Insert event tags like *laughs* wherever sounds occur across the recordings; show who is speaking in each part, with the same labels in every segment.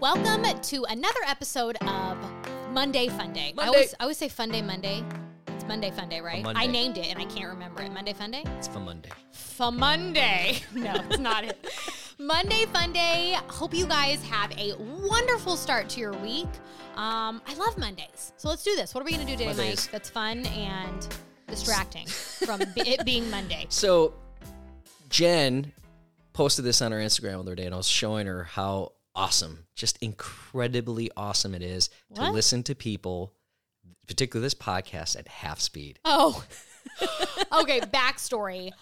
Speaker 1: Welcome to another episode of Monday Fun Day. I
Speaker 2: Monday.
Speaker 1: always, I always say Fun Day Monday. It's Monday Fun Day, right?
Speaker 2: Monday.
Speaker 1: I named it and I can't remember it. Monday Fun Day?
Speaker 2: It's for Monday.
Speaker 1: Fun Monday. *laughs* No, it's not it. Monday Fun Day. Hope you guys have a wonderful start to your week. Um, I love Mondays. So let's do this. What are we going to do today,
Speaker 2: Mondays.
Speaker 1: Mike? That's fun and distracting from b- it being
Speaker 2: *laughs*
Speaker 1: Monday.
Speaker 2: So Jen posted this on her Instagram the other day, and I was showing her how awesome, just incredibly awesome it is to
Speaker 1: What?
Speaker 2: listen to people, particularly this podcast, at half speed. *laughs*
Speaker 1: Oh. okay, backstory.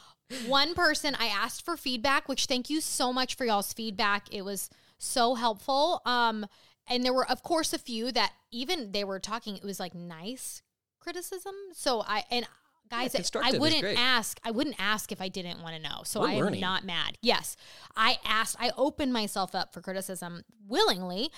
Speaker 1: One person I asked for feedback, which thank you so much for y'all's feedback. It was so helpful. Um, and there were, of course, a few that even they were talking, it was like nice criticism. So I and guys, I
Speaker 2: constructive is
Speaker 1: wouldn't
Speaker 2: great.
Speaker 1: ask. I wouldn't ask if I didn't want to know. So
Speaker 2: We're
Speaker 1: I am
Speaker 2: learning.
Speaker 1: not mad. Yes, I asked. I opened myself up for criticism willingly,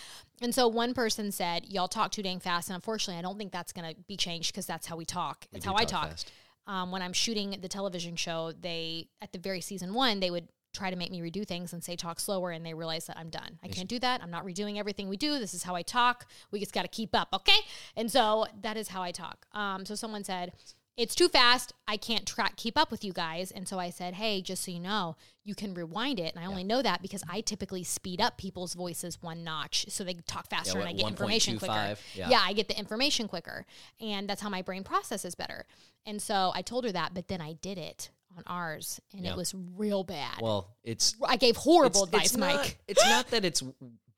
Speaker 1: and so one person said, "Y'all talk too dang fast." And unfortunately, I don't think that's going to be changed because that's how we talk. It's
Speaker 2: do
Speaker 1: how I
Speaker 2: talk
Speaker 1: talk.
Speaker 2: fast.
Speaker 1: Um, when I'm shooting the television show, they at the very season one, they would try to make me redo things and say talk slower, and they realize that I'm done. I can't do that. I'm not redoing everything we do. This is how I talk. We just got to keep up, okay? And so that is how I talk. Um, so someone said. It's too fast. I can't track keep up with you guys. And so I said, "Hey, just so you know, you can rewind it." And I only know that because I typically speed up people's voices one notch so they talk faster and I
Speaker 2: what,
Speaker 1: get information quicker.
Speaker 2: 1.25? Yeah.
Speaker 1: yeah, I get the information quicker. And that's how my brain processes better. And so I told her that, but then I did it on ours and
Speaker 2: Yeah.
Speaker 1: it was real bad.
Speaker 2: Well, it's
Speaker 1: I gave horrible
Speaker 2: it's,
Speaker 1: advice,
Speaker 2: it's
Speaker 1: Mike.
Speaker 2: Not, it's not that it's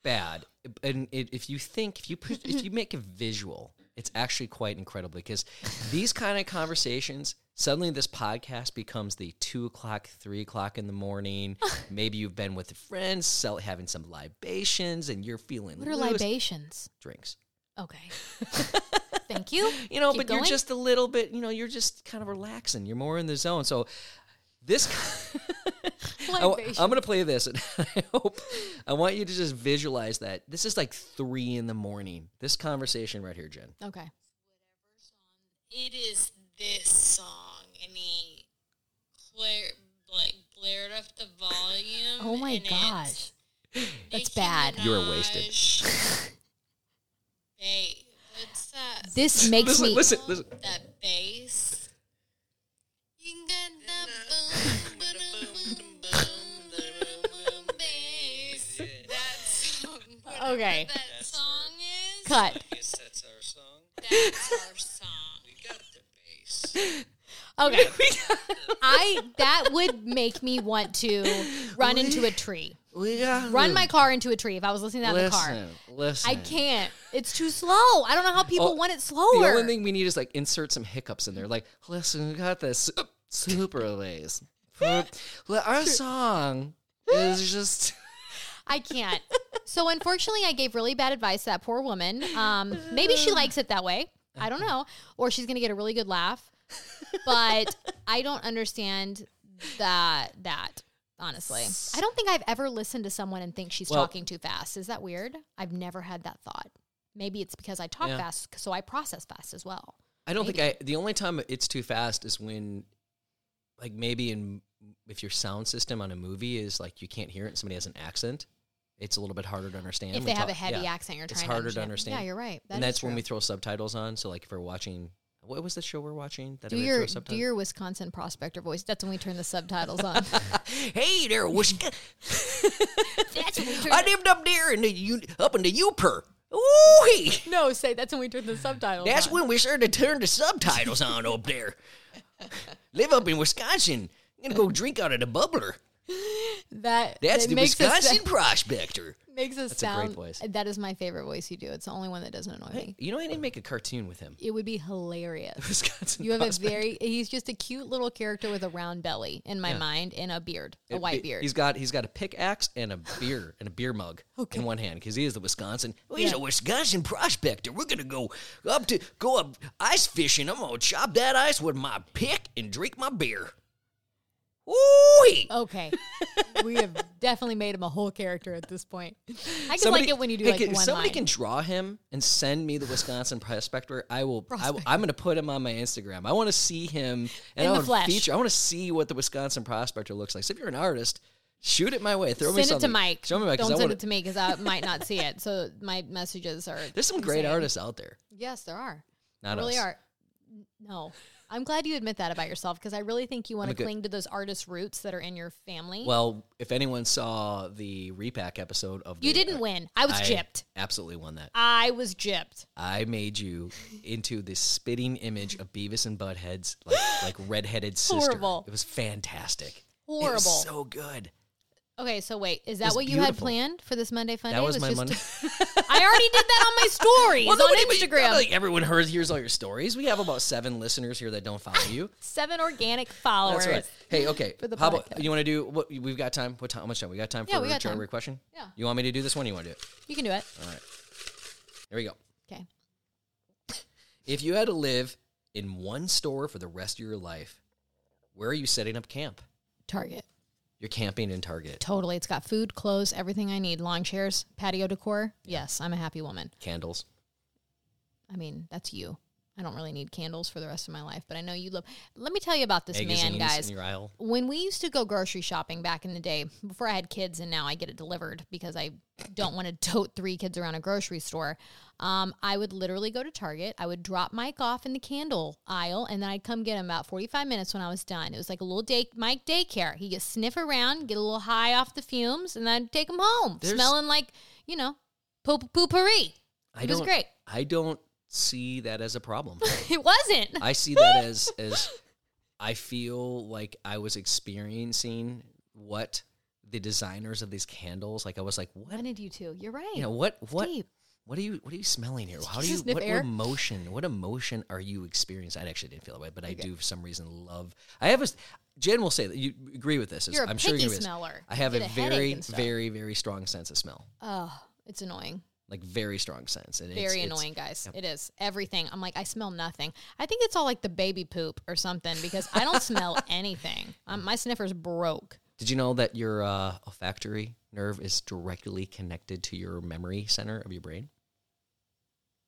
Speaker 2: bad, and it, if you think if you put, if you make a visual, it's actually quite incredibly because these kind of conversations suddenly this podcast becomes the two o'clock, three o'clock in the morning.
Speaker 1: *laughs*
Speaker 2: Maybe you've been with friends, sell, having some libations, and you're feeling
Speaker 1: What are
Speaker 2: loose.
Speaker 1: libations?
Speaker 2: drinks. *laughs*
Speaker 1: Okay. Thank you.
Speaker 2: You know,
Speaker 1: Keep
Speaker 2: but you're
Speaker 1: going.
Speaker 2: just a little bit. You know, you're just kind of relaxing. You're more in the zone. So this. *laughs* I, am
Speaker 1: Libations.
Speaker 2: going to play this, and *laughs* I hope I want you to just visualize that. This is like three in the morning. This conversation right here, Jen.
Speaker 1: okay.
Speaker 3: it is this song and he clear, like blared up the volume
Speaker 1: Oh my
Speaker 3: and it's
Speaker 1: gosh. That's
Speaker 3: Nicki
Speaker 1: bad.
Speaker 2: You were wasted.
Speaker 3: Minaj. Ba- what's that
Speaker 1: This makes
Speaker 2: Listen,
Speaker 1: me
Speaker 2: listen, listen.
Speaker 3: that bass you got that boom ba-da-boom, boom ba-da-boom, bass that song whatever
Speaker 1: Okay.
Speaker 2: *laughs*
Speaker 3: that song is
Speaker 1: cut.
Speaker 4: guess that's our song.
Speaker 3: that's our song
Speaker 4: We got the bass.
Speaker 1: Okay.
Speaker 2: *laughs*
Speaker 1: I that would make me want to run into a tree.
Speaker 2: We got
Speaker 1: Run my car into a tree if I was listening to that in the
Speaker 2: listen,
Speaker 1: car.
Speaker 2: Listen,
Speaker 1: I can't. It's too slow. I don't know how people
Speaker 2: Oh,
Speaker 1: want it
Speaker 2: The
Speaker 1: slower.
Speaker 2: only thing we need is like insert some hiccups in there. Like, listen, we got
Speaker 1: *laughs*
Speaker 2: this super bass. Well, Our song is just.
Speaker 1: I can't.
Speaker 2: *laughs*
Speaker 1: So unfortunately, I gave really bad advice to that poor woman. Um, maybe she likes it that way. I don't know, or she's gonna get a really good laugh. But I don't understand that. That honestly, I don't think I've ever listened to someone and think she's
Speaker 2: Well-
Speaker 1: talking too fast. Is that weird? I've never had that thought. Maybe it's because I talk
Speaker 2: Yeah.
Speaker 1: fast, so I process fast as well.
Speaker 2: I don't think I. The only time it's too fast is when, like, maybe in if your sound system on a movie is like you can't hear it and somebody has an accent, it's a little bit harder to understand.
Speaker 1: if they
Speaker 2: We
Speaker 1: have a
Speaker 2: talk-
Speaker 1: heavy
Speaker 2: yeah.
Speaker 1: accent, you're
Speaker 2: It's
Speaker 1: trying
Speaker 2: harder
Speaker 1: to
Speaker 2: to
Speaker 1: understand. Yeah,
Speaker 2: understand.
Speaker 1: you're right. That
Speaker 2: and
Speaker 1: is
Speaker 2: that's when
Speaker 1: true.
Speaker 2: we throw subtitles on. So like if we're watching, what was the show we're watching? That
Speaker 1: do
Speaker 2: we
Speaker 1: your
Speaker 2: throw
Speaker 1: do
Speaker 2: subtitles?
Speaker 1: your Wisconsin prospector voice. That's when we turn the subtitles
Speaker 2: *laughs*
Speaker 1: on.
Speaker 2: *gasps* hey
Speaker 1: *laughs*
Speaker 2: there, wish
Speaker 1: that's when we turn
Speaker 2: I lived up there in the U- up in the Uper. Ooh hey,
Speaker 1: No, say that's when we turn the subtitles.
Speaker 2: that's
Speaker 1: on.
Speaker 2: when we started to turn the subtitles on up
Speaker 1: *laughs*
Speaker 2: there. Live up in Wisconsin. I'm gonna go drink out of the bubbler.
Speaker 1: that
Speaker 2: That's
Speaker 1: that
Speaker 2: the
Speaker 1: makes
Speaker 2: Wisconsin
Speaker 1: Us,
Speaker 2: prospector.
Speaker 1: *laughs* makes us
Speaker 2: a great
Speaker 1: sound.
Speaker 2: voice.
Speaker 1: That is my favorite voice you do. It's the only one that doesn't annoy me.
Speaker 2: You know, I need to make a cartoon with him. *laughs*
Speaker 1: It would be hilarious.
Speaker 2: Wisconsin.
Speaker 1: You have a
Speaker 2: prospect.
Speaker 1: very. He's just a cute little character with a round belly in my mind and a beard, a white beard.
Speaker 2: He's got he's got a pickaxe and a beer and a beer mug in one hand because he is the Wisconsin. Well, he's
Speaker 1: Yeah.
Speaker 2: a Wisconsin prospector. We're gonna go up to go up ice fishing. I'm gonna chop that ice with my pick and drink my beer. Ooh! *laughs*
Speaker 1: okay, we have definitely made him a whole character at this point. I just like it when you do like
Speaker 2: can,
Speaker 1: one
Speaker 2: somebody
Speaker 1: line.
Speaker 2: can draw him and send me the Wisconsin prospector. I will. I, will- I'm going to put him on my Instagram. I want to see him
Speaker 1: In
Speaker 2: I
Speaker 1: the
Speaker 2: wanna
Speaker 1: flesh.
Speaker 2: Feature. I want to see what the Wisconsin prospector looks like. So if you're an artist, Shoot it my way. Throw me
Speaker 1: send it to
Speaker 2: something.
Speaker 1: Mike.
Speaker 2: Show me Mike. 'cause
Speaker 1: Don't
Speaker 2: I
Speaker 1: send
Speaker 2: wanna-
Speaker 1: it to me because I might not see it. So my messages are.
Speaker 2: *laughs* There's some great
Speaker 1: insane.
Speaker 2: artists out there.
Speaker 1: Yes, there are.
Speaker 2: Not
Speaker 1: really
Speaker 2: us.
Speaker 1: are. N- No, I'm glad you admit that about yourself because I really think you want
Speaker 2: I'm
Speaker 1: to
Speaker 2: a good-
Speaker 1: cling to those artist roots that are in your family.
Speaker 2: Well, if anyone saw the repack episode of
Speaker 1: you
Speaker 2: the-
Speaker 1: didn't win. I was
Speaker 2: I
Speaker 1: gypped.
Speaker 2: Absolutely won that.
Speaker 1: I was gypped.
Speaker 2: I made you into this spitting image of Beavis and Butthead's like like redheaded sister.
Speaker 1: Horrible.
Speaker 2: It was fantastic. It
Speaker 1: Horrible.
Speaker 2: was so good.
Speaker 1: okay, so wait, is that
Speaker 2: was
Speaker 1: what you had
Speaker 2: beautiful.
Speaker 1: planned for this Monday Funday?
Speaker 2: That was, my
Speaker 1: just
Speaker 2: money.
Speaker 1: to- *laughs*
Speaker 2: *laughs*
Speaker 1: I already did that on my stories
Speaker 2: Well,
Speaker 1: on
Speaker 2: nobody- but you-
Speaker 1: Instagram.
Speaker 2: Like everyone heard, hears all your stories. We have about seven listeners here that don't follow
Speaker 1: *laughs*
Speaker 2: you. *laughs*
Speaker 1: Seven organic followers.
Speaker 2: That's right. Hey, okay.
Speaker 1: For the
Speaker 2: How about
Speaker 1: podcast.
Speaker 2: you want to do what we've got time? What time? How much time? We got time for
Speaker 1: Yeah, we
Speaker 2: a
Speaker 1: got
Speaker 2: trivia
Speaker 1: time.
Speaker 2: question?
Speaker 1: Yeah.
Speaker 2: You want me to do this one? Or you want to do it?
Speaker 1: You can do it.
Speaker 2: All right. Here we go.
Speaker 1: Okay.
Speaker 2: If you had to live in one store for the rest of your life, where are you setting up camp?
Speaker 1: Target.
Speaker 2: You're camping in Target.
Speaker 1: Totally. It's got food, clothes, everything I need. Lawn chairs, patio decor. Yes, I'm a happy woman.
Speaker 2: Candles.
Speaker 1: I mean, that's you. I don't really need candles for the rest of my life, but I know you love. Let me tell you about this man,
Speaker 2: magazines
Speaker 1: guys.
Speaker 2: in your aisle.
Speaker 1: When we used to go grocery shopping back in the day, before I had kids, and now I get it delivered because I don't want to *laughs* tote three kids around a grocery store, um, I would literally go to Target. I would drop Mike off in the candle aisle, and then I'd come get him about 45 minutes when I was done. It was like a little day, Mike daycare. He'd get sniff around, get a little high off the fumes, and then I'd take him home,
Speaker 2: There's-
Speaker 1: smelling like, you know, poo poo poopery.
Speaker 2: I
Speaker 1: It was
Speaker 2: don't-
Speaker 1: great. *laughs*
Speaker 2: I don't see that as a problem.
Speaker 1: It wasn't.
Speaker 2: I see that as as I feel like I was experiencing what the designers of these candles like. I was like, what?
Speaker 1: wanted you to. You're right.
Speaker 2: You know what? What?
Speaker 1: Deep.
Speaker 2: What are you? What are you smelling here? How do
Speaker 1: you
Speaker 2: you?
Speaker 1: sniff
Speaker 2: What
Speaker 1: air?
Speaker 2: emotion? What emotion are you experiencing? I actually didn't feel that way, but I do for some reason love. I have a. s- Jen will say that you agree with this. is-
Speaker 1: You're a
Speaker 2: I'm sure you
Speaker 1: picky
Speaker 2: agree with this.
Speaker 1: smeller.
Speaker 2: I have
Speaker 1: You
Speaker 2: a,
Speaker 1: get a headache
Speaker 2: very,
Speaker 1: and stuff.
Speaker 2: very, very strong sense of smell.
Speaker 1: Oh, it's annoying.
Speaker 2: Like very strong sense. And it's-
Speaker 1: Very
Speaker 2: it's-
Speaker 1: annoying, guys. It is. Everything. I'm like, I smell nothing. I think it's all like the baby poop or something because I don't
Speaker 2: *laughs*
Speaker 1: smell anything. Um, my sniffer's broke.
Speaker 2: Did you know that your uh, olfactory nerve is directly connected to your memory center of your brain?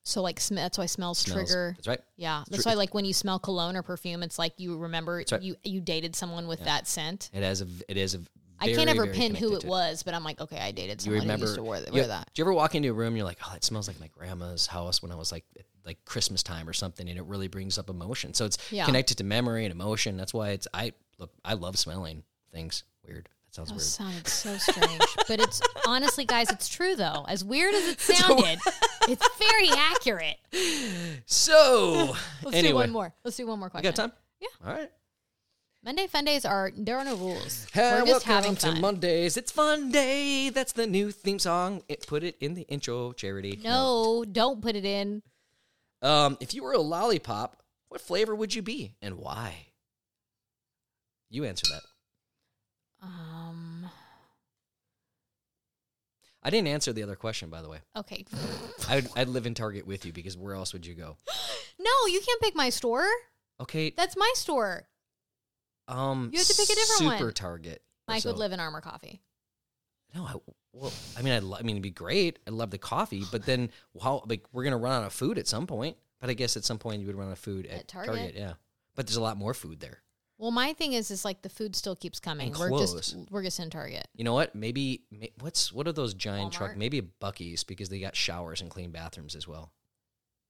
Speaker 1: So, like, sm- that's why smells,
Speaker 2: Smells.
Speaker 1: trigger.
Speaker 2: That's right.
Speaker 1: Yeah. That's
Speaker 2: Tr-
Speaker 1: why, like, when you smell cologne or perfume, it's like you remember
Speaker 2: right.
Speaker 1: you, you dated someone with that scent.
Speaker 2: It has a. v- It is a. Very,
Speaker 1: I can't ever
Speaker 2: very
Speaker 1: pin who
Speaker 2: connected
Speaker 1: it
Speaker 2: to
Speaker 1: was, but I'm like, okay, I dated
Speaker 2: You
Speaker 1: someone
Speaker 2: remember?
Speaker 1: who used to wear, th-
Speaker 2: you-
Speaker 1: wear that.
Speaker 2: Do you ever walk into a room and you're like, oh, it smells like my grandma's house when I was like at- like Christmas time or something, and it really brings up emotion. So it's
Speaker 1: Yeah.
Speaker 2: connected to memory and emotion. That's why it's. I look. I love smelling things. Weird. That sounds
Speaker 1: That
Speaker 2: weird.
Speaker 1: sounded so strange, but
Speaker 2: *laughs*
Speaker 1: it's honestly, guys, it's true though. As weird as it sounded, it's very
Speaker 2: *laughs*
Speaker 1: accurate.
Speaker 2: So
Speaker 1: *laughs* Let's
Speaker 2: anyway,
Speaker 1: do one more. Let's do one more
Speaker 2: You
Speaker 1: question.
Speaker 2: got time?
Speaker 1: Yeah.
Speaker 2: All right.
Speaker 1: Monday fun days are there are no rules.
Speaker 2: Hey,
Speaker 1: We're just
Speaker 2: welcome
Speaker 1: having
Speaker 2: to
Speaker 1: fun.
Speaker 2: Mondays. It's Fun Day. That's the new theme song. It, put it in the intro, Charity.
Speaker 1: no, don't put it in.
Speaker 2: No. Um, if you were a lollipop, what flavor would you be and why? You answer that.
Speaker 1: Um.
Speaker 2: I didn't answer the other question, by the way.
Speaker 1: Okay.
Speaker 2: I'd, I'd live in Target with you because where else would you go?
Speaker 1: no, you can't pick my store.
Speaker 2: Okay.
Speaker 1: That's my store.
Speaker 2: Um,
Speaker 1: You have to pick a different one.
Speaker 2: super Target. or
Speaker 1: Mike would
Speaker 2: so.
Speaker 1: live in Armor Coffee.
Speaker 2: No, I, well, I mean, I'd lo- I mean, it'd be great. I love the coffee, but then how? Like, we're gonna run out of food at some point. But I guess at some point you would run out of food at,
Speaker 1: At Target.
Speaker 2: Yeah, but there's a lot more food there.
Speaker 1: Well, my thing is, is like the food still keeps coming.
Speaker 2: And
Speaker 1: we're just
Speaker 2: clothes.
Speaker 1: we're just in Target.
Speaker 2: You know what? Maybe ma- what's what are those giant
Speaker 1: Walmart?
Speaker 2: truck? Maybe a Bucky's because they got showers and clean bathrooms as well.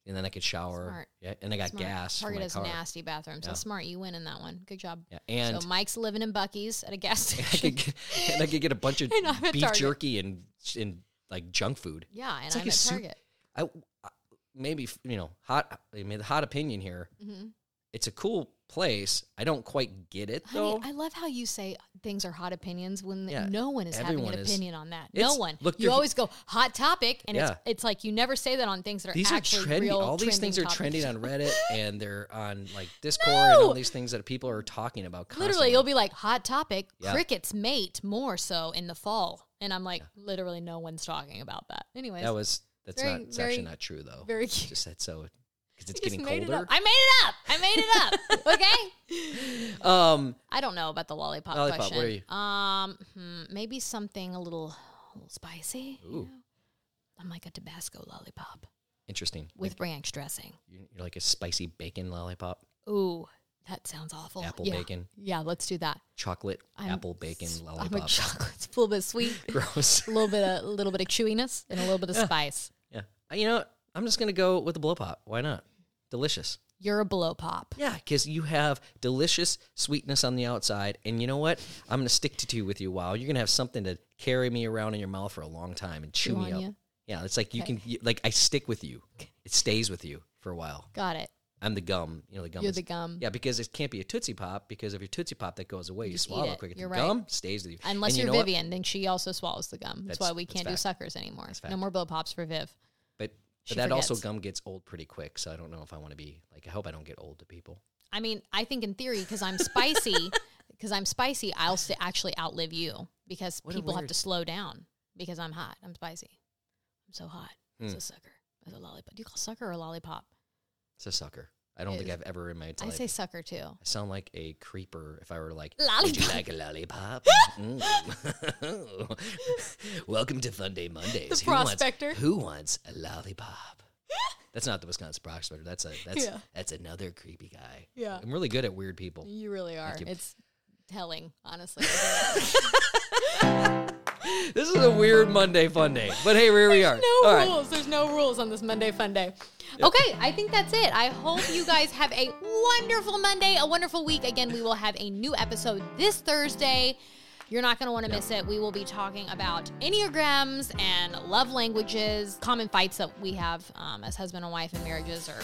Speaker 2: And then I could shower.
Speaker 1: Smart.
Speaker 2: Yeah, and I got
Speaker 1: Smart.
Speaker 2: gas. for
Speaker 1: Target
Speaker 2: my
Speaker 1: has
Speaker 2: car.
Speaker 1: nasty bathrooms.
Speaker 2: Yeah.
Speaker 1: That's smart. You win in that one. Good job.
Speaker 2: Yeah, and
Speaker 1: so Mike's living in Bucky's at a gas *laughs*
Speaker 2: and *laughs* I could
Speaker 1: station.
Speaker 2: get, *laughs* and I could get a bunch
Speaker 1: *laughs*
Speaker 2: of
Speaker 1: And I'm at
Speaker 2: beef
Speaker 1: Target.
Speaker 2: jerky and and like junk food.
Speaker 1: yeah, and
Speaker 2: It's
Speaker 1: I'm
Speaker 2: like a
Speaker 1: at
Speaker 2: soup-
Speaker 1: Target.
Speaker 2: I, I maybe f- you know hot. I mean, the hot opinion here.
Speaker 1: hmm
Speaker 2: It's a cool place. I don't quite get it
Speaker 1: Honey,
Speaker 2: though.
Speaker 1: I love how you say things are hot opinions when
Speaker 2: Yeah,
Speaker 1: no one is having
Speaker 2: everyone
Speaker 1: an
Speaker 2: is-
Speaker 1: opinion on that. No
Speaker 2: It's-
Speaker 1: one.
Speaker 2: look,
Speaker 1: you
Speaker 2: you're-
Speaker 1: always go hot topic, and it's,
Speaker 2: Yeah.
Speaker 1: it's like you never say that on things that are
Speaker 2: these are
Speaker 1: actually
Speaker 2: trendy.
Speaker 1: real.
Speaker 2: All these things are
Speaker 1: trending topics. *laughs*
Speaker 2: trending on Reddit and they're on like Discord and all
Speaker 1: No!
Speaker 2: these things that people are talking about. Constantly.
Speaker 1: Literally, you'll be like hot topic.
Speaker 2: Yeah.
Speaker 1: Crickets mate more so in the fall, and I'm like, literally, no one's talking about that. Anyways,
Speaker 2: That was that's
Speaker 1: very-
Speaker 2: not it's actually
Speaker 1: very-
Speaker 2: not true though.
Speaker 1: very
Speaker 2: It's
Speaker 1: *laughs* cute.
Speaker 2: Just that so because it's
Speaker 1: I just
Speaker 2: getting
Speaker 1: made it
Speaker 2: colder.
Speaker 1: up. I made it up. I made
Speaker 2: *laughs*
Speaker 1: it up. Okay.
Speaker 2: um,
Speaker 1: I don't know about the lollipop,
Speaker 2: Lollipop,
Speaker 1: question.
Speaker 2: what are you?
Speaker 1: Um, hmm, maybe something a little, a little spicy. you
Speaker 2: Ooh.
Speaker 1: know? I'm like a Tabasco lollipop
Speaker 2: interesting.
Speaker 1: with ranch dressing.
Speaker 2: Like, you're like a spicy bacon lollipop.
Speaker 1: Ooh, That sounds awful.
Speaker 2: Apple
Speaker 1: Oh, yeah.
Speaker 2: bacon.
Speaker 1: Yeah, let's do that.
Speaker 2: Chocolate,
Speaker 1: I'm
Speaker 2: apple, bacon,
Speaker 1: s-
Speaker 2: lollipop.
Speaker 1: I'm a chocolate. It's a little bit of sweet,
Speaker 2: *laughs* Gross.
Speaker 1: a little bit of a little bit of chewiness, and a little bit of spice.
Speaker 2: yeah. Uh, You know, what? I'm just gonna go with the blow pop. Why not? Delicious.
Speaker 1: You're a blow pop.
Speaker 2: Yeah, because you have delicious sweetness on the outside, and you know what? I'm gonna stick to two with you. Wow, you're gonna have something to carry me around in your mouth for a long time and chew
Speaker 1: Chew
Speaker 2: me
Speaker 1: on
Speaker 2: up.
Speaker 1: ya.
Speaker 2: Yeah, it's like you can you, like I stick with you. It stays with you for a while.
Speaker 1: Got it.
Speaker 2: I'm the gum. You know the gum.
Speaker 1: You're
Speaker 2: is-
Speaker 1: the gum.
Speaker 2: Yeah, because it can't be a tootsie pop because if your tootsie pop that goes away, you,
Speaker 1: just eat
Speaker 2: swallow
Speaker 1: it.
Speaker 2: it quicker. The
Speaker 1: You're right.
Speaker 2: gum stays with you. And
Speaker 1: Unless
Speaker 2: you
Speaker 1: you are
Speaker 2: know what?
Speaker 1: Vivian, then she also swallows the gum. That's,
Speaker 2: That's-
Speaker 1: why we
Speaker 2: that's
Speaker 1: can't do
Speaker 2: fact.
Speaker 1: suckers anymore.
Speaker 2: fact.
Speaker 1: No more blow pops for Viv.
Speaker 2: But,
Speaker 1: She
Speaker 2: but that also
Speaker 1: forgets.
Speaker 2: gum gets old pretty quick. So I don't know if I want to be like. I hope I don't get old to people.
Speaker 1: I mean, I think in theory, because I'm *laughs* spicy, because I'm spicy, I'll s- actually outlive you because
Speaker 2: What a
Speaker 1: people have
Speaker 2: weird-
Speaker 1: to slow down because I'm hot. I'm spicy. I'm so hot. It's a sucker. It's a lollipop. Do you call sucker or lollipop?
Speaker 2: It's a sucker. I don't think
Speaker 1: Is-
Speaker 2: I've ever in my
Speaker 1: I
Speaker 2: life.
Speaker 1: say sucker too.
Speaker 2: I sound like a creeper if I were like, Would you
Speaker 1: Lollipop.
Speaker 2: like
Speaker 1: *laughs*
Speaker 2: a lollipop? Mm. *laughs* Welcome to Fun Day Mondays.
Speaker 1: The
Speaker 2: wants-
Speaker 1: prospector.
Speaker 2: who wants a
Speaker 1: *laughs*
Speaker 2: lollipop? That's not the Wisconsin prospector. That's a that's
Speaker 1: Yeah.
Speaker 2: that's another creepy guy.
Speaker 1: Yeah.
Speaker 2: I'm really good at weird people.
Speaker 1: You really are.
Speaker 2: you.
Speaker 1: It's telling, honestly.
Speaker 2: This is a weird Monday fun day. But hey, here we are.
Speaker 1: no
Speaker 2: All right.
Speaker 1: rules. There's no rules on this Monday fun day. Okay, I think that's it. I hope you guys have a wonderful Monday, a wonderful week. Again, we will have a new episode this Thursday. You're not going to want to miss it. We will be talking about Enneagrams and love languages, common fights that we have um, as husband and wife in marriages, or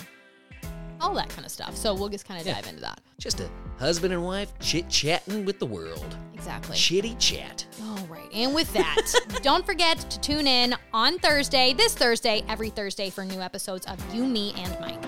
Speaker 1: all that kind of stuff. So we'll just kind of
Speaker 2: Yeah.
Speaker 1: dive into that.
Speaker 2: Just a husband and wife chit chatting with the world.
Speaker 1: Exactly.
Speaker 2: Chitty chat.
Speaker 1: All right. And with that, don't forget to tune in on Thursday, this Thursday, every Thursday for new episodes of You, Me, and Mike.